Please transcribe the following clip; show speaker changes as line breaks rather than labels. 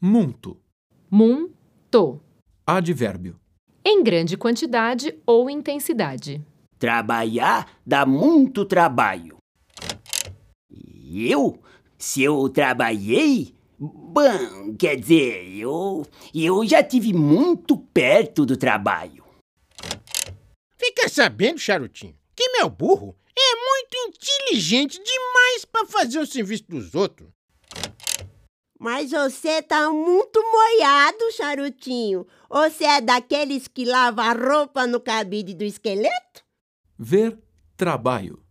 Muito.
Muito.
Advérbio.
Em grande quantidade ou intensidade.
Trabalhar dá muito trabalho. Eu? Se eu trabalhei? Bom, quer dizer, eu, eu já tive muito perto do trabalho.
Fica sabendo, Charutinho, que meu burro é muito inteligente demais pra fazer o serviço dos outros.
Mas você tá muito moiado, charutinho. Você é daqueles que lava a roupa no cabide do esqueleto?
Ver trabalho.